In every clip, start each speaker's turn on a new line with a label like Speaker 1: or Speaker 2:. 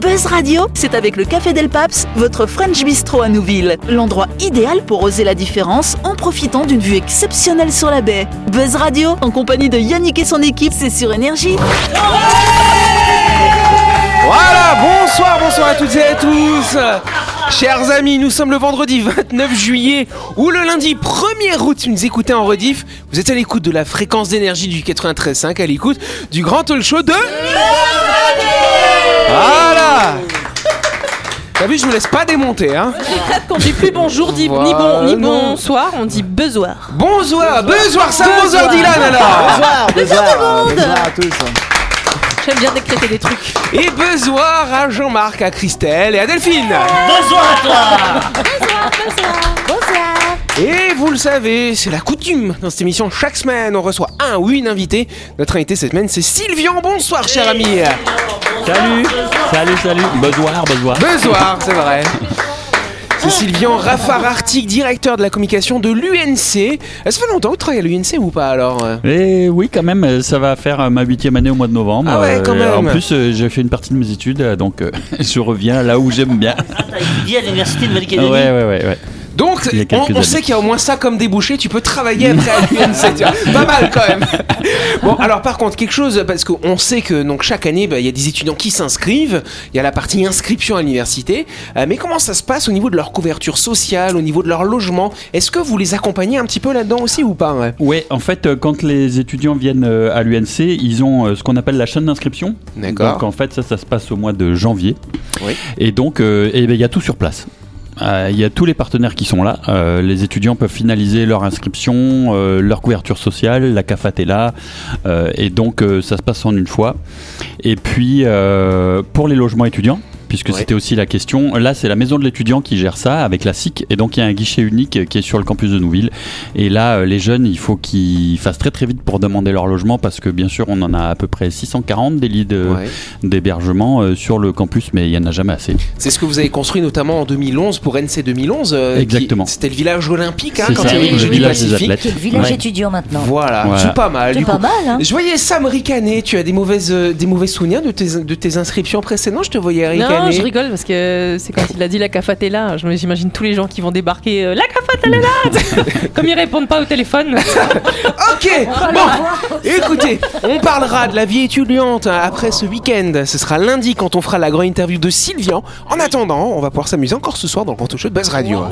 Speaker 1: Buzz Radio, c'est avec le Café Del Paps, votre French Bistro à Nouville. L'endroit idéal pour oser la différence en profitant d'une vue exceptionnelle sur la baie. Buzz Radio, en compagnie de Yannick et son équipe, c'est sur Énergie.
Speaker 2: Voilà, bonsoir, bonsoir à toutes et à tous. Chers amis, nous sommes le vendredi 29 juillet ou le lundi 1er août. Si vous nous écoutez en rediff, vous êtes à l'écoute de la fréquence d'énergie du 93.5, à l'écoute du grand talk show de. Voilà T'as vu, je vous laisse pas démonter, hein
Speaker 3: Qu'on dit plus bonjour ni, ni bon, ni bonsoir, on dit buzzoir.
Speaker 2: Bonsoir, bonsoir, ça, bonsoir Dylan alors
Speaker 3: Bonsoir tout le monde
Speaker 4: à tous.
Speaker 3: J'aime bien décréter des trucs.
Speaker 2: Et bonsoir à Jean-Marc, à Christelle et à Delphine Et vous le savez, c'est la coutume dans cette émission. Chaque semaine, on reçoit un ou une invitée. Notre invité cette semaine, c'est Sylvian. Bonsoir, cher ami.
Speaker 5: Salut Salut, salut Bonsoir, bonsoir
Speaker 2: Bonsoir, c'est vrai. C'est Sylvian Raffarartic, directeur de la communication de l'UNC. Ça fait longtemps que vous travaillez à l'UNC ou pas alors euh
Speaker 5: Et oui, quand même, euh, ça va faire euh, ma huitième année au mois de novembre.
Speaker 2: Ah ouais, quand
Speaker 5: Euh,
Speaker 2: même.
Speaker 5: En plus, euh, j'ai fait une partie de mes études, euh, donc euh, je reviens là où j'aime bien.
Speaker 6: T'as étudié à l'université de
Speaker 5: ouais,
Speaker 6: Nouvelle-Calédonie.
Speaker 5: ouais, ouais, ouais.
Speaker 2: Donc,
Speaker 5: Il y a quelques
Speaker 2: on, on
Speaker 5: années.
Speaker 2: sait qu'il y a au moins ça comme débouché. Tu peux travailler après à l'UNC. tu vois. Pas mal quand même. Bon, alors par contre, quelque chose, parce qu'on sait que donc, chaque année, bah, il y a des étudiants qui s'inscrivent. Il y a la partie inscription à l'université. Euh, mais comment ça se passe au niveau de leur couverture sociale, au niveau de leur logement Est-ce que vous les accompagnez un petit peu là-dedans aussi ou pas ouais
Speaker 5: Ouais, en fait, euh, quand les étudiants viennent euh, à l'UNC, ils ont euh, ce qu'on appelle la chaîne d'inscription.
Speaker 2: D'accord.
Speaker 5: Donc en fait, ça, ça se passe au mois de janvier.
Speaker 2: Oui.
Speaker 5: Et donc, euh, eh ben, il y a tout sur place. Euh, Il y a tous les partenaires qui sont là. Euh, les étudiants peuvent finaliser leur inscription, euh, leur couverture sociale, la CAFAT est là. Euh, et donc, euh, ça se passe en une fois. Et puis, euh, pour les logements étudiants, puisque
Speaker 2: Ouais.
Speaker 5: c'était aussi la question, là, c'est la maison de l'étudiant qui gère ça avec la SIC. Et donc, il y a un guichet unique qui est sur le campus de Nouville. Et là, euh, les jeunes, il faut qu'ils fassent très très vite pour demander leur logement parce que, bien sûr, on en a à peu près 640 des lits de-
Speaker 2: Ouais.
Speaker 5: d'hébergement euh, sur le campus, mais il n'y en a jamais assez.
Speaker 2: C'est ce que vous avez construit notamment en 2011 pour NC 2011. euh, qui-
Speaker 5: Exactement.
Speaker 2: C'était le village olympique hein,
Speaker 5: C'est
Speaker 2: quand
Speaker 5: ça,
Speaker 2: il y avait les
Speaker 5: le
Speaker 2: Jeux du
Speaker 5: village des
Speaker 2: Pacifique.
Speaker 5: athlètes.
Speaker 6: Quel village
Speaker 5: Ouais.
Speaker 6: étudiant maintenant
Speaker 2: Voilà,
Speaker 5: Voilà.
Speaker 2: c'est pas mal.
Speaker 6: C'est
Speaker 2: Ah, Du
Speaker 6: pas
Speaker 2: coup,
Speaker 6: mal, hein
Speaker 2: je voyais Sam ricaner. Tu as des mauvaises, euh, des mauvais souvenirs de tes, de tes inscriptions précédentes. Je te voyais ricaner.
Speaker 3: Non, je rigole parce que c'est quand il a dit la cafate est là. Je- J'imagine tous les gens qui vont débarquer. euh, la cafate elle est là Comme ils répondent pas au téléphone.
Speaker 2: Ok, bon, écoutez, on parlera de la vie étudiante hein, après ce week-end. Ce sera lundi quand on fera la grande interview de Sylvian. En attendant, on va pouvoir s'amuser encore ce soir dans le grand show de Buzz Radio. hein.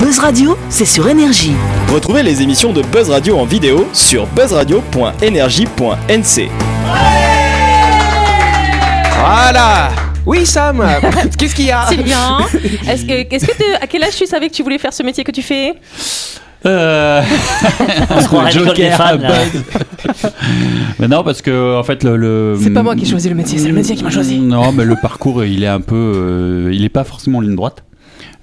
Speaker 1: Buzz Radio, c'est sur Énergie.
Speaker 7: Retrouvez les émissions de Buzz Radio en vidéo sur buzzradio.energie.nc.
Speaker 2: Voilà. Oui, Sam, qu'est-ce qu'il y a
Speaker 3: Sylvain, est-ce que, est-ce que te- à quel âge tu savais que tu voulais faire ce métier que tu fais
Speaker 5: Euh...
Speaker 6: croirait à l'école des fans,
Speaker 5: ah,
Speaker 6: là.
Speaker 5: bug. mais non, parce que en fait le. le- Mm,
Speaker 3: C'est pas moi qui ai choisi le métier, c'est le métier qui m'a choisi.
Speaker 5: Non, mais le parcours, il est un peu, euh, il est pas forcément en ligne droite.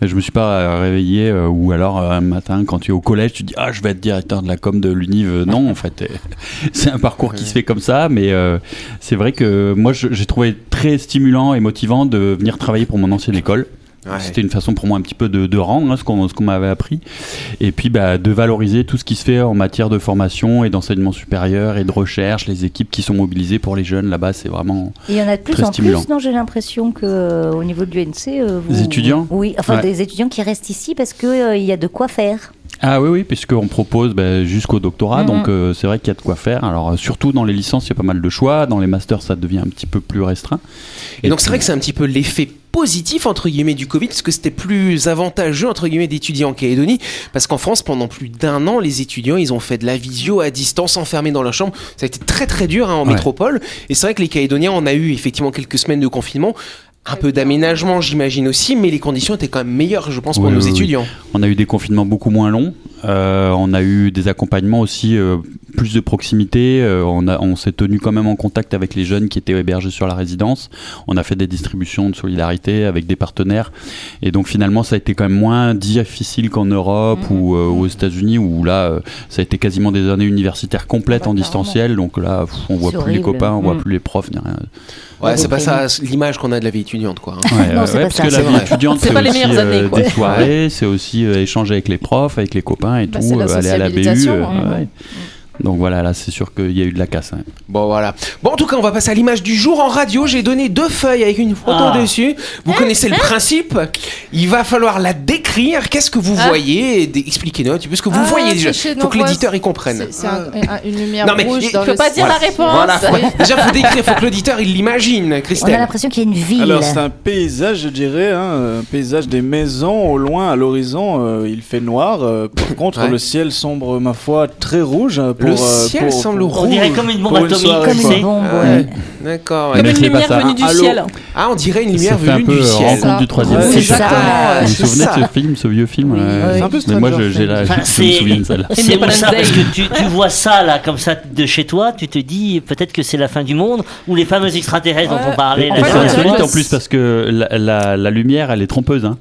Speaker 5: Je me suis pas euh, réveillé euh, ou alors euh, un matin quand tu es au collège, tu dis ah je vais être directeur de la com de l'Univ. Euh, Non, en fait, euh, c'est un parcours qui se fait comme ça, mais euh, c'est vrai que moi je- j'ai trouvé très stimulant et motivant de venir travailler pour mon ancienne école.
Speaker 2: Ouais.
Speaker 5: C'était une façon pour moi un petit peu de, de rendre hein, ce qu'on ce qu'on m'avait appris et puis bah, de valoriser tout ce qui se fait en matière de formation et d'enseignement supérieur et de recherche, les équipes qui sont mobilisées pour les jeunes là-bas, c'est vraiment
Speaker 8: Il y en a de plus
Speaker 5: Très
Speaker 8: en
Speaker 5: stimulant.
Speaker 8: plus, non J'ai l'impression que euh, au niveau de l'UNC, euh, vous...
Speaker 5: Des étudiants
Speaker 8: Oui, enfin
Speaker 5: Ouais.
Speaker 8: des étudiants qui restent ici parce que euh, il y a de quoi faire.
Speaker 5: Ah oui, oui, puisqu'on propose ben, jusqu'au doctorat,
Speaker 3: Mhm.
Speaker 5: donc euh, c'est vrai qu'il y a de quoi faire. Alors euh, surtout dans les licences, il y a pas mal de choix, dans les masters, ça devient un petit peu plus restreint.
Speaker 2: Et donc c'est vrai que c'est un petit peu l'effet positif entre guillemets du Covid, parce que c'était plus avantageux entre guillemets d'étudier en Calédonie, parce qu'en France pendant plus d'un an les étudiants ils ont fait de la visio à distance enfermés dans leur chambre, ça a été très très dur hein, en
Speaker 5: Ouais.
Speaker 2: métropole, et c'est vrai que les Calédoniens on a eu effectivement quelques semaines de confinement. Un peu d'aménagement, j'imagine aussi, mais les conditions étaient quand même meilleures, je pense, pour
Speaker 5: Oui,
Speaker 2: nos
Speaker 5: oui, oui.
Speaker 2: étudiants.
Speaker 5: On a eu des confinements beaucoup moins longs, euh, on a eu des accompagnements aussi euh, plus de proximité, euh, on, a- on s'est tenu quand même en contact avec les jeunes qui étaient hébergés sur la résidence, on a fait des distributions de solidarité avec des partenaires, et donc finalement ça a été quand même moins difficile qu'en Europe
Speaker 8: Mhm.
Speaker 5: ou euh, aux États-Unis, où là euh, ça a été quasiment des années universitaires complètes
Speaker 8: Bah,
Speaker 5: en
Speaker 8: carrément.
Speaker 5: distanciel, donc là pff, on voit plus les
Speaker 8: C'est horrible. Mhm.
Speaker 5: copains, on voit
Speaker 3: Mm.
Speaker 5: plus les profs, ni rien.
Speaker 2: Ouais,
Speaker 8: Vous
Speaker 2: c'est pas ça
Speaker 8: comprenez.
Speaker 2: l'image qu'on a de la vie étudiante, quoi. hein.
Speaker 5: Ouais,
Speaker 8: Non,
Speaker 5: euh,
Speaker 8: c'est
Speaker 5: ouais,
Speaker 8: pas
Speaker 5: parce
Speaker 8: ça,
Speaker 5: que la
Speaker 2: c'est
Speaker 5: vie
Speaker 2: vrai.
Speaker 5: étudiante,
Speaker 3: C'est
Speaker 5: c'est
Speaker 3: pas les
Speaker 5: aussi
Speaker 3: meilleures
Speaker 5: euh,
Speaker 3: années, quoi.
Speaker 5: des soirées, c'est aussi euh, échanger avec les profs, avec les copains et
Speaker 3: Bah,
Speaker 5: tout,
Speaker 3: c'est la
Speaker 5: euh, aller à la BU.
Speaker 3: sociabilisation,
Speaker 5: euh,
Speaker 3: hein.
Speaker 5: ouais. Donc voilà, là, c'est sûr qu'il y a eu de la casse. hein.
Speaker 2: Bon voilà. Bon en tout cas on va passer à l'image du jour en radio. J'ai donné deux feuilles avec une photo
Speaker 6: Ah.
Speaker 2: dessus. Vous
Speaker 4: Hein
Speaker 2: connaissez le principe. Il va falloir la décrire. Qu'est-ce que vous
Speaker 4: Ah.
Speaker 2: voyez Et d- Expliquez-nous un petit peu ce que vous
Speaker 4: Ah,
Speaker 2: voyez
Speaker 4: c'est
Speaker 2: déjà.
Speaker 4: chez
Speaker 2: Faut que
Speaker 4: Noroise.
Speaker 2: l'éditeur y comprenne. Ah.
Speaker 4: C'est c'est un- un- une lumière
Speaker 2: Non, mais
Speaker 4: rouge
Speaker 2: il
Speaker 4: dans
Speaker 3: faut
Speaker 4: le
Speaker 3: pas dire la
Speaker 4: ciel.
Speaker 3: réponse.
Speaker 2: Voilà. faut- Déjà faut décrire. Faut que l'auditeur il l'imagine.
Speaker 8: On a
Speaker 2: Christelle.
Speaker 8: l'impression qu'il y a une ville.
Speaker 9: Alors c'est un paysage, je dirais, hein, un paysage des maisons au loin, à l'horizon, euh, il fait noir. euh, par contre,
Speaker 2: Ouais.
Speaker 9: le ciel sombre, ma foi, très rouge. euh, Pour,
Speaker 2: Le
Speaker 9: euh,
Speaker 2: ciel
Speaker 9: pour-
Speaker 2: semble
Speaker 9: pour-
Speaker 2: rouge.
Speaker 6: On dirait comme une bombe
Speaker 9: Pour une
Speaker 6: atomique.
Speaker 9: soirée,
Speaker 8: Comme
Speaker 6: tu
Speaker 8: une
Speaker 6: sais.
Speaker 8: bombe,
Speaker 2: Ah,
Speaker 8: ouais.
Speaker 2: D'accord. ouais.
Speaker 3: Comme
Speaker 5: Ah, Mais
Speaker 3: une
Speaker 5: c'est pas
Speaker 3: lumière
Speaker 5: ça.
Speaker 3: venue du
Speaker 9: Allô
Speaker 3: ciel.
Speaker 2: Ah on dirait une
Speaker 5: Ça
Speaker 2: lumière
Speaker 5: fait un
Speaker 2: venue
Speaker 5: peu
Speaker 2: du
Speaker 5: euh,
Speaker 2: ciel.
Speaker 5: rencontre du troisième
Speaker 9: Ouais,
Speaker 5: siècle.
Speaker 9: c'est
Speaker 2: ça.
Speaker 5: Vous vous
Speaker 2: C'est
Speaker 5: souvenez
Speaker 2: ça.
Speaker 5: de ce film, ce vieux film là
Speaker 9: C'est un peu
Speaker 5: Mais moi,
Speaker 9: Stranger
Speaker 5: je- j'ai
Speaker 9: Things.
Speaker 5: la,
Speaker 6: Enfin,
Speaker 5: je me
Speaker 6: c'est-
Speaker 5: souviens de celle-là.
Speaker 6: C'est pour
Speaker 3: Independence
Speaker 6: ça,
Speaker 3: Day.
Speaker 6: parce que tu, tu vois ça, là, comme ça, de chez toi, tu te dis peut-être que c'est la fin du monde, ou les fameux extraterrestres dont
Speaker 4: Ouais.
Speaker 6: on
Speaker 3: Ah,
Speaker 6: parlait
Speaker 5: Et
Speaker 6: la
Speaker 5: c'est
Speaker 4: on dirait
Speaker 6: dernière
Speaker 4: que-
Speaker 5: insolite
Speaker 6: fois.
Speaker 5: en plus parce que la, la- la lumière elle est trompeuse hein,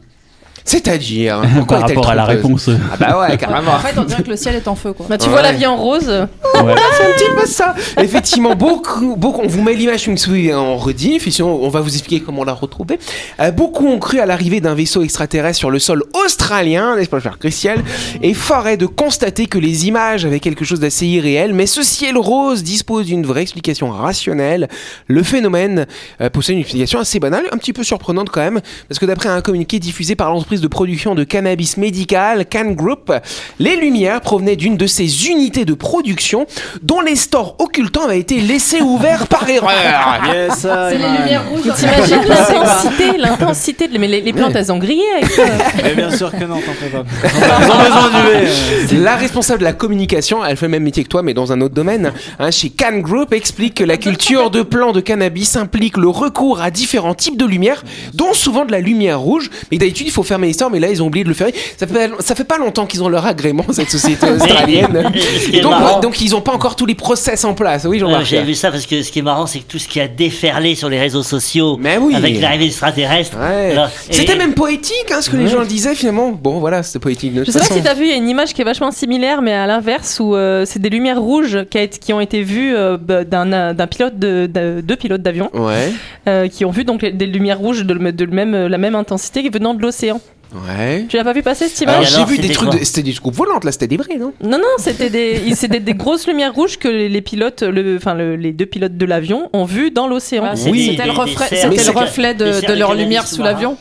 Speaker 2: C'est-à-dire.
Speaker 5: par
Speaker 2: Pourquoi est-elle
Speaker 5: rapport à la
Speaker 2: trompeuse
Speaker 5: réponse.
Speaker 2: Ah bah ouais carrément.
Speaker 4: En fait, on dirait que le ciel est en feu, quoi.
Speaker 3: Bah, tu
Speaker 2: Ouais.
Speaker 3: vois la vie en rose.
Speaker 5: Ouais.
Speaker 2: C'est un petit peu ça. Effectivement, beaucoup, beaucoup, on vous met l'image une souris en rediff, et sinon, on va vous expliquer comment la retrouver. Euh, beaucoup ont cru à l'arrivée d'un vaisseau extraterrestre sur le sol australien, n'est-ce pas, cher Christian Et fort est de constater que les images avaient quelque chose d'assez irréel, mais ce ciel rose dispose d'une vraie explication rationnelle. Le phénomène euh, possède une explication assez banale, un petit peu surprenante quand même, parce que d'après un communiqué diffusé par l'entreprise de production de cannabis médical, Can Group, les lumières provenaient d'une de ces unités de production dont les stores occultants avaient été laissés ouverts par erreur.
Speaker 9: Ah, Yes,
Speaker 4: C'est les
Speaker 9: Iman.
Speaker 4: lumières rouges. dans le
Speaker 3: T'imagines
Speaker 4: ciel.
Speaker 3: l'intensité, l'intensité. de- Mais les, les plantes, elles ont grillé avec ça.
Speaker 9: Mais bien sûr que non, t'en fais pas. Ils ont besoin du verre.
Speaker 2: La responsable de la communication, elle fait le même métier que toi, mais dans un autre domaine, hein, chez Can Group, explique que la culture de plants de cannabis implique le recours à différents types de lumière, dont souvent de la lumière rouge. Mais d'habitude, il faut fermer les stores, mais là, ils ont oublié de le faire. Ça fait, ça fait pas longtemps qu'ils ont leur agrément, cette société australienne.
Speaker 6: Mais- ce qui
Speaker 2: Et
Speaker 6: est
Speaker 2: donc,
Speaker 6: marrant-
Speaker 2: ouais, donc, ils ont pas encore tous les process en place. Oui,
Speaker 6: Euh,
Speaker 2: Jean-Marc.
Speaker 6: J'ai vu ça parce que ce qui est marrant, c'est que tout ce qui a déferlé sur les réseaux sociaux
Speaker 2: Mais oui.
Speaker 6: avec l'arrivée extraterrestre.
Speaker 2: Ouais.
Speaker 6: Alors, et-
Speaker 2: C'était même poétique, hein, ce que les gens disaient finalement. Bon, voilà, c'était poétique. De
Speaker 3: Je
Speaker 2: toute
Speaker 3: sais pas
Speaker 2: façon.
Speaker 3: si t'as vu, il y a une image qui est vachement similaire, mais à l'inverse, où euh, c'est des lumières rouges qui, a été- qui ont été vues euh, bah, d'un euh, d'un pilote, de, de- deux pilotes d'avion,
Speaker 2: Ouais,
Speaker 3: euh, qui ont vu donc les- des lumières rouges de, le- de le même, euh, la même intensité venant de l'océan.
Speaker 2: ouais.
Speaker 3: Tu l'as pas vu passer cette
Speaker 2: Alors,
Speaker 3: image
Speaker 2: j'ai
Speaker 6: alors,
Speaker 2: vu des
Speaker 6: c'était
Speaker 2: trucs,
Speaker 6: quoi
Speaker 2: de- c'était des groupes volantes là, c'était des bris, non
Speaker 3: Non, non, c'était des, ils- c'était des grosses lumières rouges que les les pilotes, le, enfin le- les deux pilotes de l'avion ont vu dans l'océan.
Speaker 4: Ah,
Speaker 6: c'est des-
Speaker 4: C'était
Speaker 6: des-
Speaker 4: le
Speaker 6: des
Speaker 4: reflet,
Speaker 6: cercles-
Speaker 4: c'était le
Speaker 6: des
Speaker 4: reflet de,
Speaker 6: cercles
Speaker 4: de leur
Speaker 6: cannabis
Speaker 4: lumière sous
Speaker 6: sous-marins.
Speaker 4: l'avion.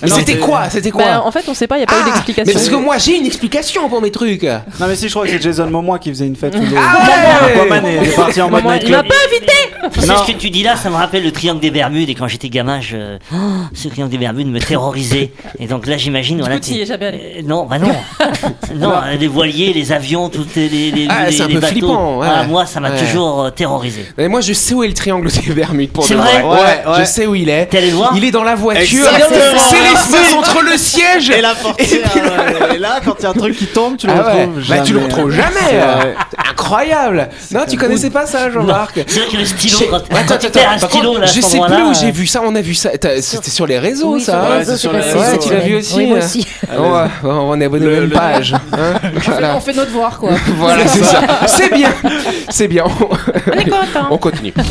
Speaker 2: Mais
Speaker 9: Non,
Speaker 2: c'était
Speaker 9: c'est-
Speaker 2: quoi C'était quoi
Speaker 3: Bah, en fait, on sait pas, il y a pas eu
Speaker 2: Ah,
Speaker 3: d'explication.
Speaker 2: Mais parce que moi j'ai une explication pour mes trucs.
Speaker 9: Non, mais si, je crois que c'est Jason Momoa qui faisait une fête.
Speaker 2: Ah ouais
Speaker 9: Aquaman est parti en mode
Speaker 3: Momoa, il
Speaker 9: nightclub.
Speaker 3: m'a pas
Speaker 6: Tu sais
Speaker 9: Non.
Speaker 6: ce que tu dis là, ça me rappelle le triangle des Bermudes. Et quand j'étais gamin, je... oh, ce triangle des Bermudes me terrorisait. Et donc là, j'imagine. Voilà,
Speaker 3: coup, t'y
Speaker 6: t'es-
Speaker 3: es jamais allé.
Speaker 6: Euh, non, bah non. non, euh, les voiliers, les avions, toutes les, les, les-
Speaker 2: Ah,
Speaker 6: les-
Speaker 2: c'est un
Speaker 6: les
Speaker 2: peu
Speaker 6: bateaux.
Speaker 2: flippant, ouais.
Speaker 6: Ah, moi, ça m'a
Speaker 2: Ouais.
Speaker 6: toujours euh, terrorisé.
Speaker 2: Mais moi je sais où est le triangle des Bermudes pour
Speaker 6: C'est
Speaker 2: de
Speaker 6: vrai
Speaker 2: Ouais,
Speaker 9: Ouais, ouais.
Speaker 2: Je sais où il est.
Speaker 6: T'es allé le voir
Speaker 2: Il est dans la voiture.
Speaker 9: Exactement.
Speaker 2: C'est
Speaker 9: Merci.
Speaker 2: l'espace entre le siège
Speaker 9: Et la portière. ouais. Et là, quand il y a un truc qui tombe, tu le
Speaker 2: Ah ouais.
Speaker 9: retrouves.
Speaker 2: Bah, tu le
Speaker 9: jamais.
Speaker 2: retrouves
Speaker 9: C'est
Speaker 2: jamais.
Speaker 9: vrai.
Speaker 2: C'est Incroyable. Non, tu connaissais pas ça, Jean-Marc
Speaker 6: C'est vrai que le stylo,
Speaker 2: J'ai-
Speaker 6: quand,
Speaker 2: Attends,
Speaker 6: quand tu
Speaker 2: attends,
Speaker 6: perds un
Speaker 2: par
Speaker 6: stylo
Speaker 2: contre,
Speaker 6: là, à
Speaker 2: je
Speaker 6: cet
Speaker 2: sais plus
Speaker 6: endroit-là,
Speaker 2: où
Speaker 6: euh,
Speaker 2: j'ai vu ça. On a vu ça. T'as- C'était sur les réseaux,
Speaker 8: Oui,
Speaker 2: ça.
Speaker 8: sur les
Speaker 9: ouais,
Speaker 8: réseaux,
Speaker 9: c'est sur
Speaker 8: j'ai
Speaker 9: les
Speaker 8: passé
Speaker 9: réseaux,
Speaker 8: cette
Speaker 9: tu l'as
Speaker 2: vu
Speaker 8: semaine.
Speaker 2: aussi,
Speaker 8: Oui, moi
Speaker 2: hein.
Speaker 8: aussi.
Speaker 2: Ouais, ouais, on est abonné aux
Speaker 9: Le-
Speaker 2: mêmes
Speaker 9: le-
Speaker 2: pages. hein.
Speaker 4: On
Speaker 2: voilà,
Speaker 4: fait nos devoirs, quoi.
Speaker 2: Voilà, c'est ça. C'est bien. C'est bien.
Speaker 3: On est contents.
Speaker 2: On continue.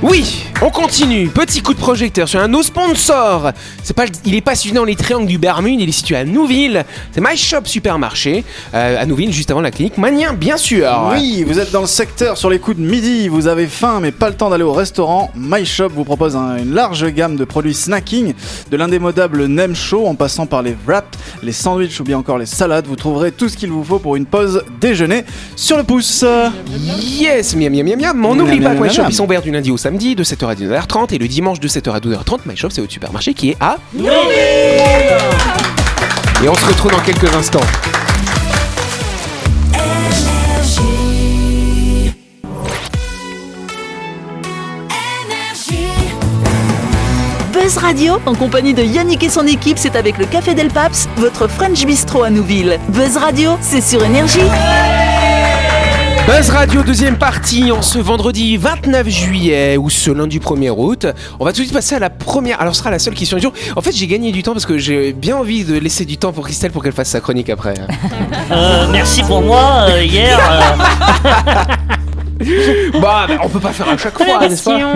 Speaker 2: Oui, on continue. Petit coup de projecteur sur un de nos sponsors. C'est pas, le- il est pas situé dans les triangles du Bermude, il est situé à Nouville. C'est My Shop Supermarché euh, à Nouville, juste avant la clinique Manien, bien sûr.
Speaker 9: Oui, vous êtes dans le secteur sur les coups de midi, vous avez faim mais pas le temps d'aller au restaurant. My Shop vous propose un- une large gamme de produits snacking, de l'indémodable nem chaud en passant par les wraps, les sandwichs ou bien encore les salades. Vous trouverez tout ce qu'il vous faut pour une pause déjeuner sur le pouce.
Speaker 2: Yes, miam miam miam miam. Mais On
Speaker 9: Miam,
Speaker 2: n'oublie
Speaker 9: miam,
Speaker 2: pas que
Speaker 9: miam,
Speaker 2: My Shop,
Speaker 9: miam.
Speaker 2: ils sont ouverts du lundi au samedi de 7h à 19h30 et le dimanche de 7h à 12h30. My Shop, c'est au supermarché qui est à Et on se retrouve dans quelques instants.
Speaker 1: Buzz Radio, en compagnie de Yannick et son équipe, c'est avec le Café Del Paps, votre French Bistro à Nouville. Buzz Radio, c'est sur Énergie.
Speaker 2: Buzz Radio, deuxième partie, en ce vendredi 29 juillet ou ce lundi 1er août. On va tout de suite passer à la première. Alors, ce sera la seule question du jour. En fait, j'ai gagné du temps parce que j'ai bien envie de laisser du temps pour Christelle pour qu'elle fasse hein. sa chronique après.
Speaker 6: Euh, merci pour moi euh, hier. euh,
Speaker 2: Bah, bah, on peut pas faire à chaque fois, n'est-ce pas Non,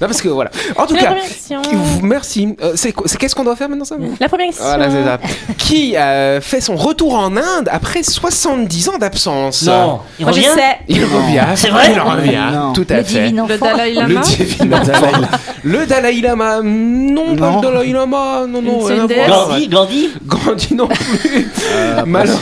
Speaker 2: parce que voilà. En tout
Speaker 3: La
Speaker 2: cas,
Speaker 3: première question.
Speaker 2: merci. Euh, c'est quoi- c'est qu'est-ce qu'on doit faire maintenant, ça
Speaker 3: La première question.
Speaker 2: Voilà, c'est ça. Qui euh, fait son retour en Inde après 70 ans d'absence
Speaker 6: euh, Non. Il
Speaker 3: Moi, je
Speaker 6: revient
Speaker 3: sais.
Speaker 2: Il revient.
Speaker 6: C'est vrai
Speaker 2: Il revient.
Speaker 9: Non.
Speaker 2: Tout à
Speaker 8: Le
Speaker 2: fait.
Speaker 8: divin
Speaker 4: Le
Speaker 8: enfant.
Speaker 4: Dalai Lama.
Speaker 2: Le divin enfant. Le Dalai Lama. Non, pas
Speaker 9: Non.
Speaker 2: le Dalai Lama. Non, non.
Speaker 4: C'est
Speaker 2: rien
Speaker 4: une
Speaker 2: à
Speaker 4: déesse.
Speaker 2: voir.
Speaker 6: Gandhi, Gandhi
Speaker 2: Gandhi non plus.
Speaker 9: Euh,
Speaker 2: Malheureux.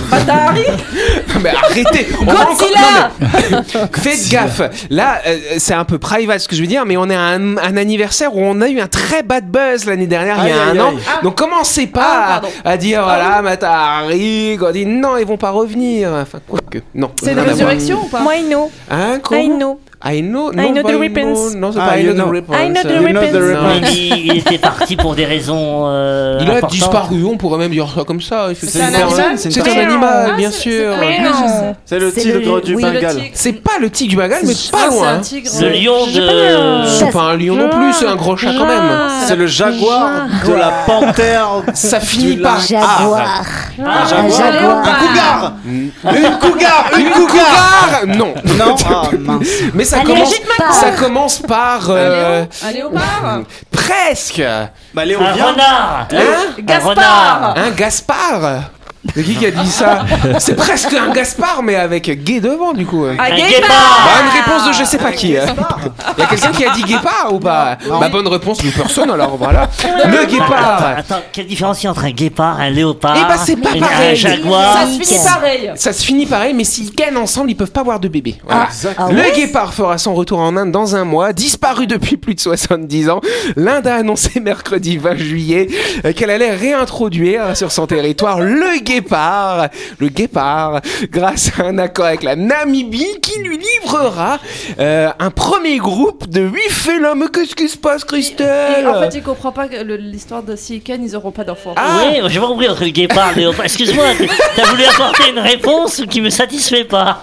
Speaker 2: mais arrêtez. on va encore-
Speaker 3: Godzilla
Speaker 2: non, mais- Faites gaffe. Là, euh, c'est un peu private ce que je veux dire, mais on est à un, un anniversaire où on a eu un très bad buzz l'année dernière, il y a
Speaker 9: Aïe, aïe,
Speaker 2: un an.
Speaker 9: aïe.
Speaker 2: Donc commencez
Speaker 3: Ah,
Speaker 2: pas à, à dire voilà, Matahari, Gandhi. Non, ils vont pas revenir. Enfin, quoi que. Non.
Speaker 4: C'est une
Speaker 2: rien à voir.
Speaker 4: résurrection ou pas
Speaker 3: Moi, Ah, I know.
Speaker 2: Hein, comment
Speaker 3: I know.
Speaker 2: I know.
Speaker 3: I know the
Speaker 2: pas
Speaker 3: Rippins.
Speaker 2: Non, c'est
Speaker 9: Ah,
Speaker 2: pas I
Speaker 9: you
Speaker 2: know the
Speaker 9: know.
Speaker 2: Rippins.
Speaker 3: I know the
Speaker 2: Euh,
Speaker 9: You know the
Speaker 3: Rippins.
Speaker 9: Rippins.
Speaker 6: il, il était parti pour des raisons. euh,
Speaker 2: Il a
Speaker 6: importantes.
Speaker 2: disparu, on pourrait même dire ça comme ça. effectivement.
Speaker 4: un animal
Speaker 2: C'est un animal, bien sûr.
Speaker 9: C'est le
Speaker 8: C'est
Speaker 9: tigre
Speaker 8: le-
Speaker 9: du
Speaker 8: oui, le
Speaker 9: Bengale.
Speaker 2: C'est pas le tigre du Bengale, mais
Speaker 4: Ah,
Speaker 2: pas
Speaker 4: c'est
Speaker 2: loin.
Speaker 4: un
Speaker 2: hein.
Speaker 4: tigre.
Speaker 6: Le lion
Speaker 3: J'ai pas le-
Speaker 6: de.
Speaker 2: C'est pas un lion non plus, c'est un gros chat quand même.
Speaker 9: C'est le jaguar de la panthère.
Speaker 2: Ça finit
Speaker 9: Du
Speaker 2: par
Speaker 8: Jaguar.
Speaker 6: Ah,
Speaker 8: Un jaguar.
Speaker 9: Un cougar
Speaker 2: Une cougar, une cougar. Non,
Speaker 9: Non, ah mince.
Speaker 2: mais ça
Speaker 8: Allez,
Speaker 2: commence,
Speaker 8: agite maintenant.
Speaker 2: ça commence par euh,
Speaker 4: Un léopard
Speaker 2: presque. Un
Speaker 9: Bah Léo,
Speaker 6: Un
Speaker 9: viens.
Speaker 2: Hein
Speaker 6: renard
Speaker 4: Gaspard
Speaker 2: Gaspard. C'est qui qui a dit ça C'est presque un Gaspard, mais avec gay devant du coup.
Speaker 6: Un
Speaker 3: guépard.
Speaker 6: guépard
Speaker 2: Bah, une réponse de je sais pas qui. euh. Il y a quelqu'un qui a dit guépard ou pas Bah bonne réponse de personne alors voilà. Le guépard.
Speaker 6: Attends, quelle différence il y a entre un guépard, un léopard
Speaker 2: Eh ben, c'est pas
Speaker 6: et
Speaker 2: pareil.
Speaker 6: Un jaguar
Speaker 4: Ah, Ça se finit pareil
Speaker 2: Ça se finit pareil, mais s'ils gagnent ensemble, ils peuvent pas avoir de bébé. Voilà.
Speaker 8: Ah
Speaker 2: le
Speaker 8: ouais
Speaker 2: guépard fera son retour en Inde dans un mois, disparu depuis plus de 70 ans. L'Inde a annoncé mercredi 20 juillet euh, qu'elle allait réintroduire sur son territoire le guépard, le guépard, grâce à un accord avec la Namibie qui lui livrera euh, un premier groupe de 8 félins. Mais qu'est-ce qui se passe, Christelle
Speaker 4: Et en fait, il comprend pas que le- l'histoire de s'ils Ken, ils auront pas d'enfants.
Speaker 2: Ah.
Speaker 6: Oui, j'ai pas compris entre le guépard, et le léopard. Excuse-moi, t'as voulu apporter une réponse qui me satisfait pas.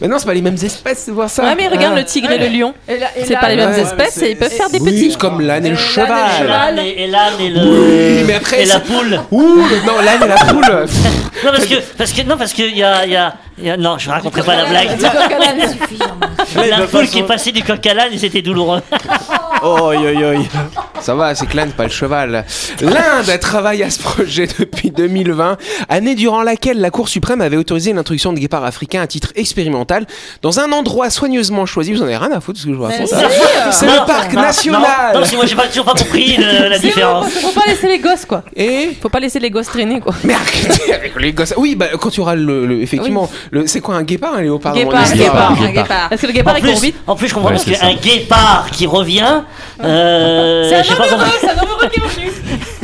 Speaker 2: Mais non, c'est pas les mêmes espèces, c'est voir ça.
Speaker 3: Ouais, mais regarde
Speaker 2: Ah.
Speaker 3: le tigre et le lion.
Speaker 4: Et là- et
Speaker 3: C'est
Speaker 4: là-
Speaker 3: pas les mêmes
Speaker 2: ouais,
Speaker 3: espèces et ils peuvent faire des
Speaker 2: Oui,
Speaker 3: petits.
Speaker 2: c'est comme l'âne et le
Speaker 4: Et l'âne et le
Speaker 2: cheval.
Speaker 4: cheval.
Speaker 6: L'âne et l'âne et
Speaker 2: Ah Oui,
Speaker 6: le.
Speaker 2: mais après,
Speaker 6: Et
Speaker 2: c'est-
Speaker 6: la poule.
Speaker 2: Ouh, le- non, l'âne et la poule. Pff,
Speaker 6: Non, parce que. Parce que non, parce que y a, y a- y a- Non, je raconterai pas la blague. La poule qui est passée du coq à l'âne et c'était douloureux.
Speaker 9: Oh, oi, oi, oi.
Speaker 2: Ça va, c'est que l'âne, pas le cheval. L'Inde travaille à ce projet depuis 2020, année durant laquelle la Cour suprême avait autorisé l'introduction de guépards africains à titre expérimental dans un endroit soigneusement choisi. Vous en avez rien à foutre de ce que je vous raconte. hein. C'est
Speaker 6: Non,
Speaker 2: le parc
Speaker 6: euh. non,
Speaker 2: national.
Speaker 6: Non, non, parce que moi j'ai pas, toujours pas compris le- la
Speaker 3: C'est bon,
Speaker 6: différence.
Speaker 3: faut pas laisser les gosses quoi.
Speaker 2: Et
Speaker 3: Faut pas laisser les gosses traîner quoi.
Speaker 2: mais arrêtez avec les gosses. Oui, bah, quand tu auras le, le- effectivement, le- c'est quoi un guépard, un léopard dans mon
Speaker 3: Guépard,
Speaker 2: histoire
Speaker 3: guépard.
Speaker 5: Un
Speaker 3: Parce que le
Speaker 6: En
Speaker 3: guépard il court
Speaker 6: plus,
Speaker 3: vite.
Speaker 6: en plus, je comprends
Speaker 5: Ouais,
Speaker 6: pas parce
Speaker 5: c'est
Speaker 6: qu'un guépard qui revient.
Speaker 3: C'est
Speaker 6: Euh,
Speaker 3: un hein.
Speaker 6: j'ai pas compris.
Speaker 3: nombreux, c'est un nombreux qui est revenu.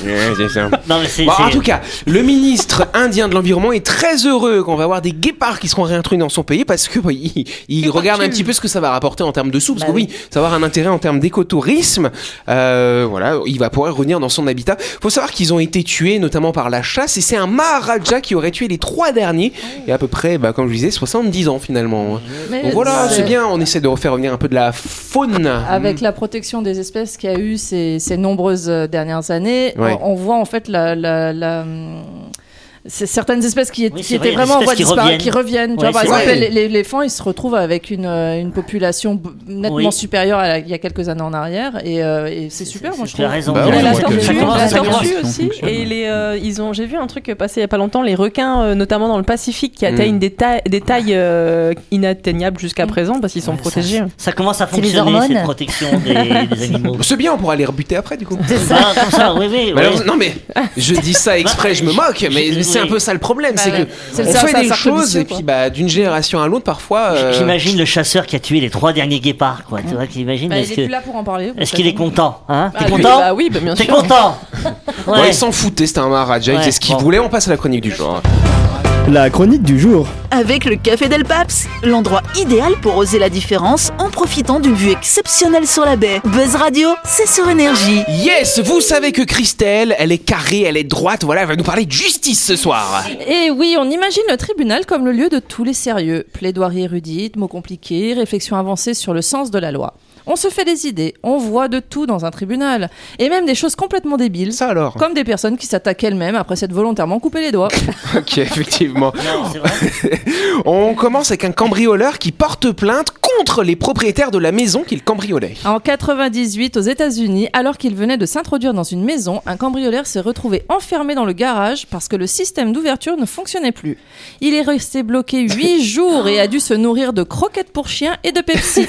Speaker 2: Ouais, c'est ça.
Speaker 6: Non, mais c'est.
Speaker 2: Bon, Bah, en
Speaker 6: c'est-
Speaker 2: tout cas, le ministre indien de l'environnement est très heureux qu'on va avoir des guépards qui seront réintroduits dans son pays parce que bah, il, il regarde un petit peu ce que ça va rapporter en termes de sous, parce que Bah oui, ça va avoir un intérêt en termes d'écotourisme. Euh, voilà, il va pouvoir revenir dans son habitat. Faut savoir qu'ils ont été tués notamment par la chasse et c'est un Maharaja qui aurait tué les trois derniers et à peu près, bah, comme je disais, 70 ans finalement. Bon, voilà, c'est Ah, bien. On essaie de refaire revenir un peu de la faune.
Speaker 4: Avec la protection des espèces qu'il y a eu ces, ces nombreuses euh, dernières années,
Speaker 2: Ouais.
Speaker 4: on, on voit en fait la, la- la, hum, c'est certaines espèces qui, est-
Speaker 6: Oui, c'est
Speaker 4: qui étaient
Speaker 6: vrai,
Speaker 4: vraiment en
Speaker 6: des
Speaker 4: voie de
Speaker 6: espèces qui
Speaker 4: disparaître,
Speaker 6: reviennent.
Speaker 4: qui reviennent. Tu
Speaker 6: Ouais,
Speaker 4: vois, par
Speaker 6: c'est
Speaker 4: exemple,
Speaker 2: vrai.
Speaker 4: l'é- l'éléphant, il se retrouve avec une, euh, une population b- nettement
Speaker 6: Oui.
Speaker 4: supérieure à la- il y a quelques années en arrière, et, euh, et c'est super, moi je
Speaker 6: Tu as
Speaker 4: trouve.
Speaker 6: raison.
Speaker 5: Bah
Speaker 6: tu as
Speaker 5: ouais,
Speaker 3: la
Speaker 5: ouais,
Speaker 6: raison.
Speaker 5: que-
Speaker 3: tortue,
Speaker 6: Chacun
Speaker 3: la
Speaker 6: sa croix.
Speaker 3: tortue
Speaker 5: Ça
Speaker 3: aussi.
Speaker 5: fonctionne.
Speaker 3: Et les, euh, ils ont, j'ai vu un truc passer il y a pas longtemps, les requins, euh, notamment dans le Pacifique, qui
Speaker 2: Mm.
Speaker 3: atteignent des, tailles- des tailles euh, inatteignables jusqu'à présent parce qu'ils sont
Speaker 6: Ouais, ça-
Speaker 3: protégés.
Speaker 6: Ça commence à
Speaker 8: C'est les
Speaker 6: fonctionner cette
Speaker 8: hormones.
Speaker 6: protection des, des animaux.
Speaker 2: C'est bien, on pourra les rebuter après du coup.
Speaker 6: Ah, comme ça, oui, oui.
Speaker 2: Mais
Speaker 6: oui.
Speaker 2: alors, Bah non mais je dis ça exprès, je me moque, mais
Speaker 6: je-
Speaker 2: c'est un
Speaker 6: oui.
Speaker 2: peu ça le problème,
Speaker 4: Bah
Speaker 2: c'est
Speaker 4: ouais.
Speaker 2: que
Speaker 4: C'est le
Speaker 2: on
Speaker 4: cercle-
Speaker 2: fait des
Speaker 4: cercle
Speaker 2: choses
Speaker 4: vicieux,
Speaker 2: et
Speaker 4: quoi.
Speaker 2: puis bah d'une génération à l'autre parfois. euh,
Speaker 6: J'imagine le chasseur qui a tué les trois derniers guépards, quoi. Tu vois, t'imagines
Speaker 4: Bah, il
Speaker 6: Est-ce
Speaker 4: est
Speaker 6: que-
Speaker 4: plus là pour en parler.
Speaker 6: est-ce qu'il est content hein
Speaker 4: Bah,
Speaker 6: T'es
Speaker 4: lui,
Speaker 6: content
Speaker 3: Bah oui, bah bien
Speaker 6: T'es
Speaker 3: sûr.
Speaker 6: content
Speaker 2: bon,
Speaker 6: Ouais.
Speaker 2: il s'en foutait, c'était un Maharaja, il
Speaker 6: Ouais,
Speaker 2: faisait ce qu'il
Speaker 6: bon.
Speaker 2: voulait. On passe à la chronique du jour. hein.
Speaker 7: La chronique du jour.
Speaker 1: Avec le Café Del Paps, l'endroit idéal pour oser la différence en profitant d'une vue exceptionnelle sur la baie. Buzz Radio, c'est sur énergie.
Speaker 2: Yes, vous savez que Christelle, elle est carrée, elle est droite, voilà, elle va nous parler de justice ce soir.
Speaker 4: Et oui, on imagine le tribunal comme le lieu de tous les sérieux. Plaidoiries érudites, mots compliqués, réflexions avancées sur le sens de la loi. On se fait des idées, on voit de tout dans un tribunal. Et même des choses complètement débiles.
Speaker 2: Ça alors
Speaker 4: Comme des personnes qui s'attaquent elles-mêmes après s'être volontairement coupé les doigts.
Speaker 2: Ok, effectivement.
Speaker 6: Non, c'est vrai.
Speaker 2: On commence avec un cambrioleur qui porte plainte contre les propriétaires de la maison qu'il cambriolait.
Speaker 4: En 98, aux États-Unis, alors qu'il venait de s'introduire dans une maison, un cambrioleur s'est retrouvé enfermé dans le garage parce que le système d'ouverture ne fonctionnait plus. Il est resté bloqué 8 jours et a dû se nourrir de croquettes pour chiens et de Pepsi.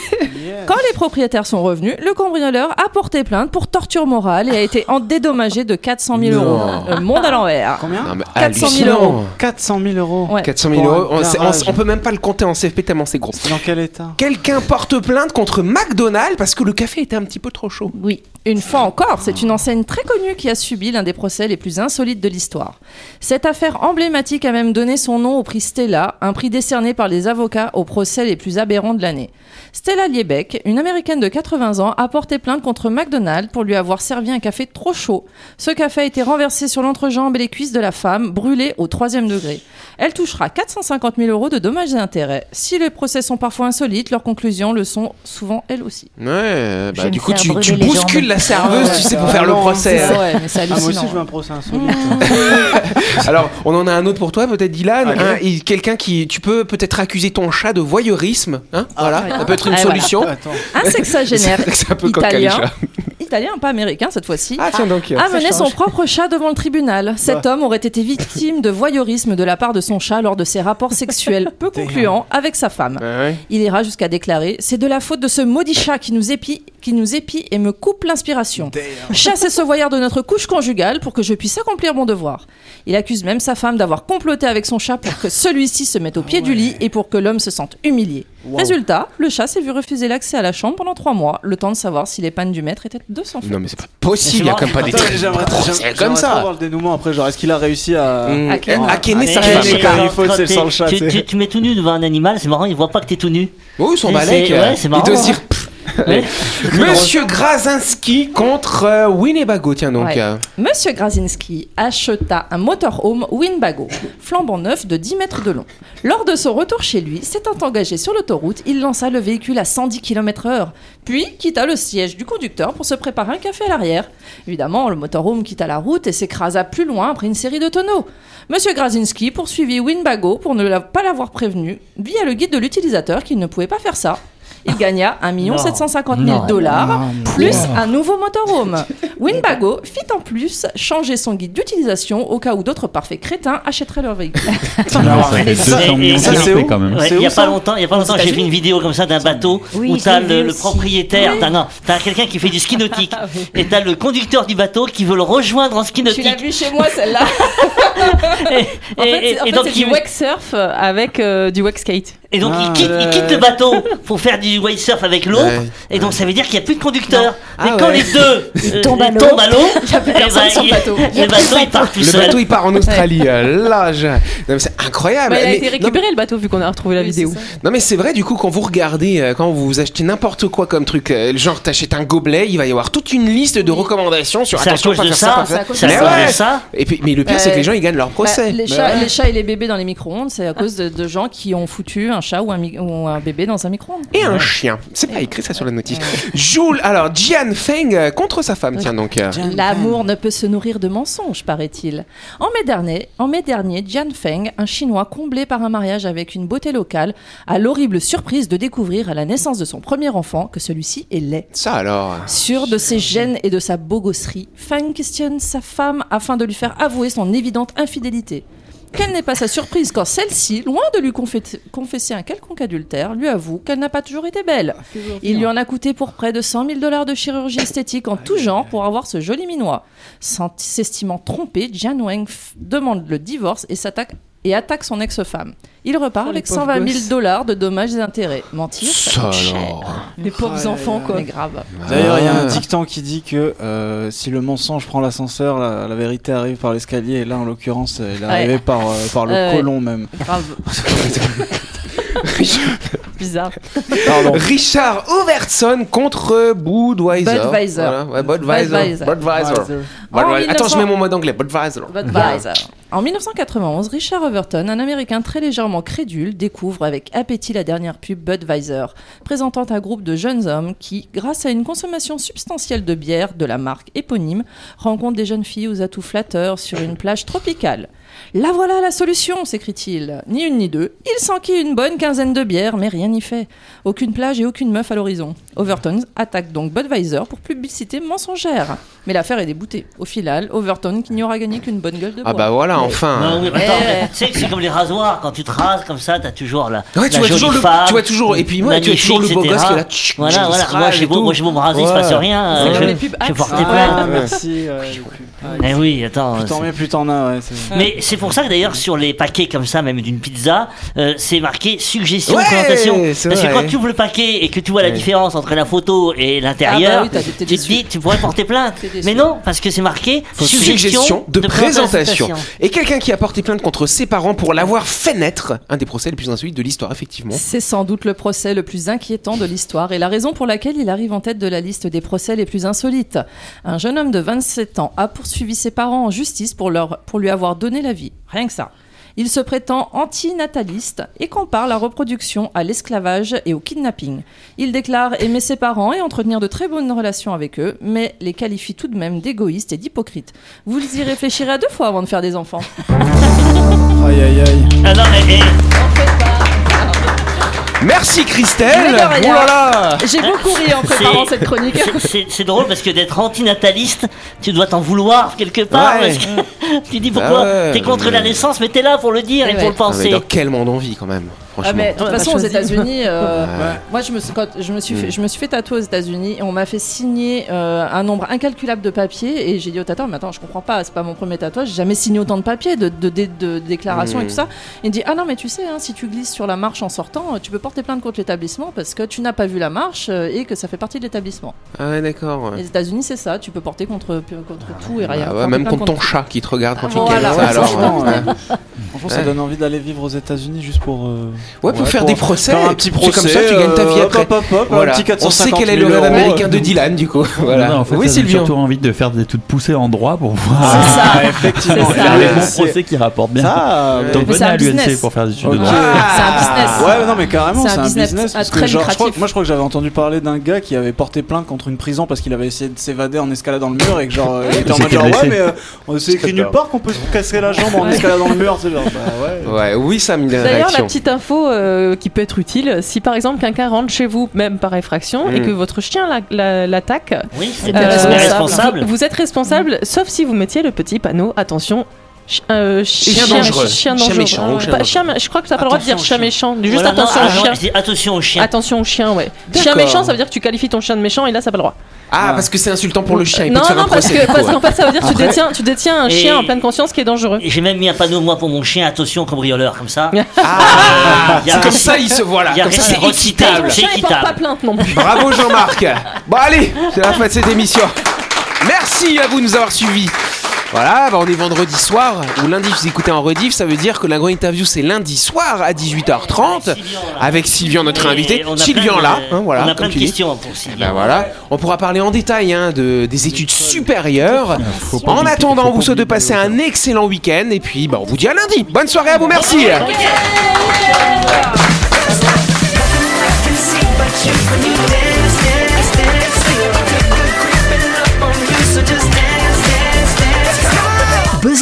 Speaker 4: Quand les propriétaires sont revenus, le cambrioleur a porté plainte pour torture morale et a été en dédommagé de 400 000 euros.
Speaker 2: Non.
Speaker 4: Le monde à l'envers.
Speaker 2: Non,
Speaker 9: Combien
Speaker 2: mais
Speaker 4: 400 000
Speaker 2: hallucinant.
Speaker 4: euros.
Speaker 9: 400 000 euros.
Speaker 4: Ouais.
Speaker 2: 400 000
Speaker 9: Pour un
Speaker 2: euros, on, c'est- on-
Speaker 9: garage.
Speaker 2: on peut même pas le compter en CFP tellement c'est gros.
Speaker 9: C'est dans quel état
Speaker 2: Quelqu'un porte plainte contre McDonald's parce que le café était un petit peu trop chaud.
Speaker 4: Oui. Une fois encore, c'est une enseigne très connue qui a subi l'un des procès les plus insolites de l'histoire. Cette affaire emblématique a même donné son nom au prix Stella, un prix décerné par les avocats aux procès les plus aberrants de l'année. Stella Liebeck, une américaine de 80 ans, a porté plainte contre McDonald's pour lui avoir servi un café trop chaud. Ce café a été renversé sur l'entrejambe et les cuisses de la femme, brûlée au troisième degré. Elle touchera 450 000 euros de dommages et intérêts. Si les procès sont parfois insolites, leurs conclusions le sont souvent elles aussi.
Speaker 2: Ouais, bah,
Speaker 8: Je vais
Speaker 2: du
Speaker 8: me
Speaker 2: coup,
Speaker 8: faire
Speaker 2: tu,
Speaker 8: brûler
Speaker 2: tu
Speaker 8: les
Speaker 2: bouscules
Speaker 8: jambes.
Speaker 2: la serveuse, tu sais, pour faire le
Speaker 9: Vraiment,
Speaker 2: procès. hein.
Speaker 9: c'est ça.
Speaker 4: Ouais, mais c'est
Speaker 9: Ah, moi aussi,
Speaker 4: hallucinant.
Speaker 9: je veux un procès insolite.
Speaker 4: Mmh.
Speaker 2: Alors, on en a un autre pour toi, peut-être Dylan.
Speaker 9: Ok.
Speaker 2: hein, et Quelqu'un qui. Tu peux peut-être accuser ton chat de voyeurisme. hein, voilà,
Speaker 4: ouais.
Speaker 2: ça peut être une
Speaker 4: Ah, voilà.
Speaker 2: solution.
Speaker 9: Attends.
Speaker 4: Un sexagénaire
Speaker 2: C'est un peu coq à les
Speaker 4: italien,
Speaker 2: chats.
Speaker 4: italien, pas américain cette fois-ci,
Speaker 2: Ah, tiens Bah. donc.
Speaker 4: a mené
Speaker 9: change.
Speaker 4: son propre chat devant le tribunal. Cet homme aurait été victime de voyeurisme de la part de son chat lors de ses rapports sexuels peu concluants avec sa femme.
Speaker 2: Ouais, bah, ouais.
Speaker 4: Il ira jusqu'à déclarer C'est de la faute de ce maudit chat qui nous épie, qui nous épie et me coupe l'inspiration. Chassez ce voyeur de notre couche conjugale pour que je puisse accomplir mon devoir. Il accuse même sa femme d'avoir comploté avec son chat pour que celui-ci se mette au pied du lit et pour que l'homme se sente humilié. Résultat, le chat s'est vu refuser l'accès à la chambre pendant trois mois, le temps de savoir si les pannes du maître étaient de son fait.
Speaker 2: Non, mais c'est pas possible, il y a quand même pas des
Speaker 9: Attends,
Speaker 2: trucs
Speaker 9: j'aimerais
Speaker 2: pas trop-
Speaker 9: j'aimerais-
Speaker 2: c'est
Speaker 9: j'aimerais
Speaker 2: comme
Speaker 9: trop
Speaker 2: ça.
Speaker 9: voir le dénouement après. Genre, est-ce qu'il a réussi à.
Speaker 2: Mmh.
Speaker 4: À Ken.
Speaker 2: À Kenner, sa
Speaker 6: Allez,
Speaker 2: femme.
Speaker 9: c'est
Speaker 6: allez,
Speaker 9: quand il
Speaker 6: quand-
Speaker 9: faut,
Speaker 6: quand
Speaker 9: c'est
Speaker 6: t'es-
Speaker 9: sans le chat,
Speaker 6: Tu,
Speaker 9: c'est-
Speaker 6: tu- tu mets tout nu devant un animal, c'est marrant, il voit pas que t'es tout nu.
Speaker 2: Oh, ils sont
Speaker 6: C'est-
Speaker 2: balèques.
Speaker 6: ouais, c'est marrant,
Speaker 2: Ils doivent se
Speaker 6: hein.
Speaker 2: dire, pff,
Speaker 6: Ouais.
Speaker 2: Monsieur Grazinski contre euh, Winnebago, tiens donc.
Speaker 4: Ouais.
Speaker 2: euh.
Speaker 4: Monsieur Grazinski acheta un motorhome Winbago, flambant neuf de 10 mètres de long. Lors de son retour chez lui, s'étant engagé sur l'autoroute, il lança le véhicule à 110 km/h, puis quitta le siège du conducteur pour se préparer un café à l'arrière. Évidemment, le motorhome quitta la route et s'écrasa plus loin après une série de tonneaux. Monsieur Grazinski poursuivit Winbago pour ne la- pas l'avoir prévenu via le guide de l'utilisateur qu'il ne pouvait pas faire ça. Il gagna 1
Speaker 6: Non.
Speaker 4: 750 000
Speaker 6: Non.
Speaker 4: dollars, plus un nouveau motorhome. Winbago fit en plus changer son guide d'utilisation au cas où d'autres parfaits crétins achèteraient leur véhicule.
Speaker 5: Alors, ça fait
Speaker 6: Ça,
Speaker 5: 200 millions de
Speaker 6: ça,
Speaker 9: c'est
Speaker 5: cafés,
Speaker 9: où
Speaker 5: quand même.
Speaker 6: Ouais,
Speaker 9: C'est
Speaker 6: il y a pas
Speaker 9: où, ça
Speaker 6: longtemps, il y a pas longtemps, j'ai vu une vidéo comme ça d'un bateau
Speaker 8: Oui,
Speaker 6: où
Speaker 8: je
Speaker 6: t'as
Speaker 8: l'ai
Speaker 6: le,
Speaker 8: vu
Speaker 6: le
Speaker 8: aussi.
Speaker 6: propriétaire, t'as non, t'as quelqu'un qui fait du ski nautique et t'as le conducteur du bateau qui veut le rejoindre en ski
Speaker 4: Tu l'as
Speaker 6: nautique.
Speaker 4: vu chez moi celle-là
Speaker 6: Et,
Speaker 3: En
Speaker 6: et-
Speaker 3: fait,
Speaker 6: et
Speaker 3: c'est- en fait,
Speaker 6: donc
Speaker 3: c'est
Speaker 6: il,
Speaker 3: du wake surf avec euh, du wake skate.
Speaker 6: et donc, il
Speaker 9: Ah,
Speaker 6: quitte, il
Speaker 9: ouais.
Speaker 6: quitte le bateau pour faire du wake surf avec l'autre.
Speaker 2: Ouais,
Speaker 6: et donc ça veut dire qu'il n'y a plus de conducteur.
Speaker 2: Ah
Speaker 6: et quand
Speaker 2: ouais.
Speaker 6: les deux euh,
Speaker 8: tombent à l'eau.
Speaker 6: tombent à l'eau,
Speaker 4: Il y a plus
Speaker 6: eh
Speaker 4: personne
Speaker 6: ben,
Speaker 4: sur le
Speaker 6: il-
Speaker 4: bateau.
Speaker 6: le bateau il part tout
Speaker 2: Le
Speaker 6: seul.
Speaker 2: bateau il part en Australie. euh, Là, je- non, mais c'est incroyable.
Speaker 3: Bah, il a
Speaker 2: Ah Mais-
Speaker 3: été
Speaker 2: non,
Speaker 3: récupéré le bateau vu qu'on a retrouvé la
Speaker 4: Oui,
Speaker 3: vidéo.
Speaker 4: c'est ça.
Speaker 2: Non mais c'est vrai du coup quand vous regardez euh, quand vous achetez n'importe quoi comme truc euh, genre t'achètes un gobelet il va y avoir toute une liste de recommandations sur
Speaker 6: C'est à
Speaker 2: attention
Speaker 6: cause
Speaker 2: pas
Speaker 6: de
Speaker 2: faire ça,
Speaker 6: ça,
Speaker 2: pas
Speaker 6: c'est à
Speaker 2: faire
Speaker 6: cause
Speaker 2: ça. Mais ouais.
Speaker 6: de ça.
Speaker 2: et puis mais le pire c'est que les gens ils gagnent leur procès
Speaker 4: Bah, les, chats, les chats et les bébés dans les micro-ondes, c'est à cause de, de gens qui ont foutu un chat ou un, mi- ou un bébé dans un micro-ondes.
Speaker 2: et un chien c'est pas écrit ça sur la notice Joule alors Jian Feng euh, contre sa femme tiens donc euh,
Speaker 4: L'amour ne peut se nourrir de mensonges, paraît-il. En mai dernier, en mai dernier, Jian Feng, un Chinois comblé par un mariage avec une beauté locale, a l'horrible surprise de découvrir à la naissance de son premier enfant que celui-ci est laid.
Speaker 2: ça alors
Speaker 4: Sûr de ses gènes et de sa bogosserie, Fang questionne sa femme afin de lui faire avouer son évidente infidélité. Quelle n'est pas sa surprise quand celle-ci, loin de lui confé- confesser un quelconque adultère, lui avoue qu'elle n'a pas toujours été belle.
Speaker 3: Ah,
Speaker 4: Il lui en a coûté pour près de 100 000 dollars de chirurgie esthétique en tout genre pour avoir ce joli minois. S'en- S'estimant trompé, Jian Wang f- demande le divorce et s'attaque et attaque son ex-femme. Il repart
Speaker 3: Oh, les
Speaker 4: avec
Speaker 3: pauvres
Speaker 4: 120 000
Speaker 3: gosses.
Speaker 4: dollars de dommages et intérêts. Mentir, ça
Speaker 2: ça
Speaker 4: coûte cher. Oh
Speaker 2: alors
Speaker 3: Les pauvres enfants quoi.
Speaker 4: Mais grave.
Speaker 9: D'ailleurs, il y a un
Speaker 2: Ah.
Speaker 9: dicton qui dit que euh, si le mensonge prend l'ascenseur, la, la vérité arrive par l'escalier. Et là, en l'occurrence, elle est arrivée par, euh, par le
Speaker 4: Ouais.
Speaker 9: colon même.
Speaker 4: Grave. Bizarre.
Speaker 9: Pardon.
Speaker 2: Richard Overton contre Budweiser.
Speaker 4: Budweiser.
Speaker 2: Voilà, ouais, Budweiser.
Speaker 4: Budweiser.
Speaker 2: Budweiser.
Speaker 4: En
Speaker 2: Budweiser. Attends,
Speaker 4: 1900.
Speaker 2: je mets mon mot d'anglais. Budweiser.
Speaker 4: Budweiser. En 1991, Richard Overton, un Américain très légèrement crédule, découvre avec appétit la dernière pub Budweiser, présentant un groupe de jeunes hommes qui, grâce à une consommation substantielle de bière de la marque éponyme, rencontrent des jeunes filles aux atouts flatteurs sur une plage tropicale. Là voilà la solution, s'écrie-t-il. Ni une ni deux. Il s'enquille une bonne quinzaine de bières, mais rien n'y fait. Aucune plage et aucune meuf à l'horizon. Overton attaque donc Budweiser pour publicité mensongère. Mais l'affaire est déboutée. Au final, Overton qui n'y aura gagné qu'une bonne gueule de bois.
Speaker 2: Ah bah voilà, enfin.
Speaker 6: Non, oui, mais attends,
Speaker 4: Eh.
Speaker 6: mais tu sais que c'est comme les rasoirs, quand tu te rases comme ça, t'as toujours la.
Speaker 2: Ouais, tu
Speaker 6: la
Speaker 2: vois
Speaker 6: jolie
Speaker 2: toujours le,
Speaker 6: femme,
Speaker 2: tu vois toujours, et puis moi, tu vois
Speaker 6: magnifique,
Speaker 2: toujours le beau
Speaker 6: etc.
Speaker 2: gosse qui est là. tch,
Speaker 6: Voilà,
Speaker 2: qui
Speaker 6: voilà.
Speaker 2: se
Speaker 6: Moi,
Speaker 2: rase
Speaker 6: j'ai
Speaker 2: et
Speaker 6: beau,
Speaker 2: tout.
Speaker 6: moi, j'ai beau me raser, il se
Speaker 9: Ouais.
Speaker 6: passe rien.
Speaker 4: C'est
Speaker 6: euh,
Speaker 4: comme
Speaker 6: je-
Speaker 4: les pubs
Speaker 6: je
Speaker 4: Axe.
Speaker 6: porte
Speaker 4: Ah,
Speaker 6: plainte.
Speaker 9: merci. euh, les pubs. Ah,
Speaker 6: Mais oui, attends.
Speaker 9: plus t'en
Speaker 6: c'est-
Speaker 9: mets, plus t'en as. Ouais, c'est-
Speaker 6: Mais c'est pour ça que d'ailleurs sur les paquets comme ça, même d'une pizza, euh, c'est marqué suggestion
Speaker 2: Ouais,
Speaker 6: présentation.
Speaker 2: c'est
Speaker 6: Parce que
Speaker 2: vrai.
Speaker 6: quand tu ouvres le paquet et que tu vois la
Speaker 2: Ouais.
Speaker 6: différence entre la photo et
Speaker 4: Ah bah
Speaker 6: l'intérieur,
Speaker 4: oui, t'as- t'es
Speaker 6: tu te
Speaker 4: déçu.
Speaker 6: dis tu pourrais porter plainte.
Speaker 4: T'es déçu.
Speaker 6: Mais non, parce que c'est marqué suggestion,
Speaker 2: suggestion de, présentation.
Speaker 6: présentation.
Speaker 2: Et quelqu'un qui a porté plainte contre ses parents pour l'avoir fait naître, un des procès les plus insolites de l'histoire, effectivement.
Speaker 4: C'est sans doute le procès le plus inquiétant de l'histoire et la raison pour laquelle il arrive en tête de la liste des procès les plus insolites. Un jeune homme de 27 ans a poursuivi ses parents en justice pour, leur, pour lui avoir donné la vie. Rien que ça. Il se prétend antinataliste et compare la reproduction à l'esclavage et au kidnapping. Il déclare aimer ses parents et entretenir de très bonnes relations avec eux, mais les qualifie tout de même d'égoïstes et d'hypocrites. Vous y réfléchirez à deux fois avant de faire des enfants.
Speaker 9: Aïe aïe aïe.
Speaker 6: Ah non, mais, eh,
Speaker 2: Merci Christelle
Speaker 4: Mais de rien.
Speaker 2: Oh là
Speaker 6: Ah,
Speaker 2: là
Speaker 4: J'ai beaucoup ri en préparant
Speaker 6: C'est-
Speaker 4: cette chronique.
Speaker 6: c'est- c'est- c'est drôle parce que d'être antinataliste, tu dois t'en vouloir quelque part.
Speaker 2: Ouais.
Speaker 6: parce que tu dis pourquoi
Speaker 2: Ah ouais.
Speaker 6: t'es contre la naissance, mais t'es là pour le dire et,
Speaker 4: Eh Ouais.
Speaker 6: pour le
Speaker 2: Ah, mais
Speaker 6: penser.
Speaker 2: Dans quel monde on vit quand même, franchement.
Speaker 4: Ah, mais de toute
Speaker 6: Ouais,
Speaker 4: façon,
Speaker 6: bah,
Speaker 4: aux
Speaker 6: choisis.
Speaker 4: États-Unis, euh,
Speaker 2: Ouais.
Speaker 4: moi, je me suis, quand je me suis, fait,
Speaker 2: Mm.
Speaker 4: je me suis fait tatouer aux États-Unis et on m'a fait signer euh, un nombre incalculable de papiers et j'ai dit au tatoueur, mais attends, je comprends pas, c'est pas mon premier tatouage, j'ai jamais signé autant de papiers, de, de, de- de déclarations
Speaker 2: Mm.
Speaker 4: et tout ça. Il dit, ah non, mais tu sais, hein, si tu glisses sur la marche en sortant, euh, tu peux porter plainte contre l'établissement parce que tu n'as pas vu la marche euh, et que ça fait partie de l'établissement.
Speaker 2: Ah ouais, d'accord.
Speaker 4: Les États-Unis, c'est ça, tu peux porter contre, contre tout et rien.
Speaker 2: Ah ouais,
Speaker 4: porter
Speaker 2: même
Speaker 4: plainte
Speaker 2: contre ton chat qui te regarde quand tu
Speaker 4: Voilà,
Speaker 2: calmes.
Speaker 4: ouais,
Speaker 2: Alors, euh,
Speaker 9: Ah, franchement, euh,
Speaker 2: ouais.
Speaker 9: Franchement, ça donne envie d'aller vivre aux États-Unis juste pour. euh,
Speaker 2: Ouais, pour faire des procès,
Speaker 9: faire
Speaker 2: et
Speaker 9: un petit
Speaker 2: puis
Speaker 9: procès.
Speaker 2: comme ça, tu gagnes ta vie
Speaker 9: euh,
Speaker 2: après.
Speaker 9: Hop, hop, hop,
Speaker 2: Voilà.
Speaker 9: un petit
Speaker 2: On sait
Speaker 9: 450
Speaker 2: quel est le
Speaker 9: 000
Speaker 2: rêve
Speaker 9: euros.
Speaker 2: américain de Dylan, du coup. Voilà.
Speaker 5: Non, en fait,
Speaker 2: oui,
Speaker 5: ça donne
Speaker 2: Sylvian.
Speaker 5: surtout envie de faire des toutes poussées en droit pour voir
Speaker 9: Ah, effectivement.
Speaker 4: C'est ça.
Speaker 5: faire les bons
Speaker 9: C'est-
Speaker 5: procès qui rapportent bien.
Speaker 9: Ça,
Speaker 2: Ouais.
Speaker 9: euh,
Speaker 5: Donc
Speaker 4: Mais
Speaker 5: venez
Speaker 4: c'est un
Speaker 5: à l'UNC
Speaker 4: business.
Speaker 5: pour faire des études de
Speaker 9: Ok.
Speaker 5: droit.
Speaker 4: C'est
Speaker 2: Ah.
Speaker 4: un business.
Speaker 9: Ouais, mais non, mais carrément, c'est un business.
Speaker 4: ah,
Speaker 9: parce que
Speaker 4: très
Speaker 9: genre, je crois-
Speaker 4: lucratif.
Speaker 9: moi, je crois que j'avais entendu parler d'un gars qui avait porté plainte contre une prison parce qu'il avait essayé de s'évader en escaladant le mur et que genre, euh, il était en
Speaker 5: Il
Speaker 9: mode
Speaker 5: s'était
Speaker 9: genre, ouais,
Speaker 5: blessé.
Speaker 9: mais euh, on s'est écrit nulle part qu'on peut se casser la jambe en escaladant le mur. C'est genre, bah ouais.
Speaker 2: Ouais, oui, Sam, il a une
Speaker 3: D'ailleurs, la
Speaker 2: réaction.
Speaker 3: petite info euh, qui peut être utile, si par exemple quelqu'un rentre chez vous, même par effraction, et
Speaker 2: Mm.
Speaker 3: que votre chien la- la- l'attaque,
Speaker 6: Oui, c'est
Speaker 3: euh,
Speaker 6: c'est
Speaker 3: vous-
Speaker 6: responsable.
Speaker 3: Vous, êtes
Speaker 2: Mm.
Speaker 3: responsable, sauf si vous mettiez le petit panneau attention. chi- euh, chi-
Speaker 2: Chien dangereux.
Speaker 3: Chien
Speaker 2: Chien
Speaker 3: dangereux.
Speaker 2: méchant ou
Speaker 3: Pas-
Speaker 2: chien dangereux.
Speaker 3: chien mé- je crois que t'as pas le droit de dire
Speaker 9: Attention
Speaker 3: chien
Speaker 9: au chien.
Speaker 3: méchant. Juste
Speaker 6: Voilà, non,
Speaker 3: attention
Speaker 6: ah,
Speaker 3: au
Speaker 6: non,
Speaker 3: chien.
Speaker 6: je dis attention au chien.
Speaker 3: Attention au chien, ouais. Chien
Speaker 2: D'accord.
Speaker 3: méchant, ça veut dire que tu qualifies ton chien de méchant et là, ça n'a pas le droit.
Speaker 2: Ah, parce que c'est insultant pour le chien, il peut
Speaker 3: non,
Speaker 2: te faire
Speaker 3: non,
Speaker 2: un
Speaker 3: parce
Speaker 2: procès.
Speaker 3: que
Speaker 2: du coup,
Speaker 3: parce
Speaker 2: ouais.
Speaker 3: qu'en fait, ça veut dire que tu détiens, tu détiens un
Speaker 6: Et-
Speaker 3: chien en pleine conscience qui est dangereux.
Speaker 6: J'ai même mis un panneau moi pour mon chien, attention cambrioleur, comme ça. Euh,
Speaker 2: Ah,
Speaker 6: Il y a
Speaker 2: c'est comme
Speaker 6: réci-
Speaker 2: ça, il se voit là.
Speaker 6: il y a
Speaker 2: Comme ça, c'est
Speaker 6: réciproque.
Speaker 2: excitable.
Speaker 3: Ton chien, il porte
Speaker 6: équitable.
Speaker 3: pas plainte non plus.
Speaker 2: Bravo Jean-Marc. Bon allez, c'est la fin de cette émission. Merci à vous de nous avoir suivis. Voilà, bah, on est vendredi soir ou lundi, vous écoutez en rediff, ça veut dire que la grande interview c'est lundi soir à 18h30
Speaker 6: Avec Sylvian, là.
Speaker 2: avec Sylvian, notre
Speaker 6: Et
Speaker 2: invité.
Speaker 6: on a
Speaker 2: Sylvian
Speaker 6: plein de-
Speaker 2: là, hein, voilà,
Speaker 6: On a
Speaker 2: comme
Speaker 6: plein de
Speaker 2: tu dis.
Speaker 6: questions pour Sylvian.
Speaker 2: Bah voilà, on pourra parler en détail hein, de, des études supérieures.
Speaker 5: Ah, Faut pas
Speaker 2: En
Speaker 5: oublier-
Speaker 2: attendant,
Speaker 5: faut
Speaker 2: on vous
Speaker 5: pas
Speaker 2: souhaite de
Speaker 5: oublier
Speaker 2: passer
Speaker 5: les
Speaker 2: un excellent week-end et puis bah, on vous dit à lundi. Bonne soirée à vous, merci.
Speaker 1: Buzz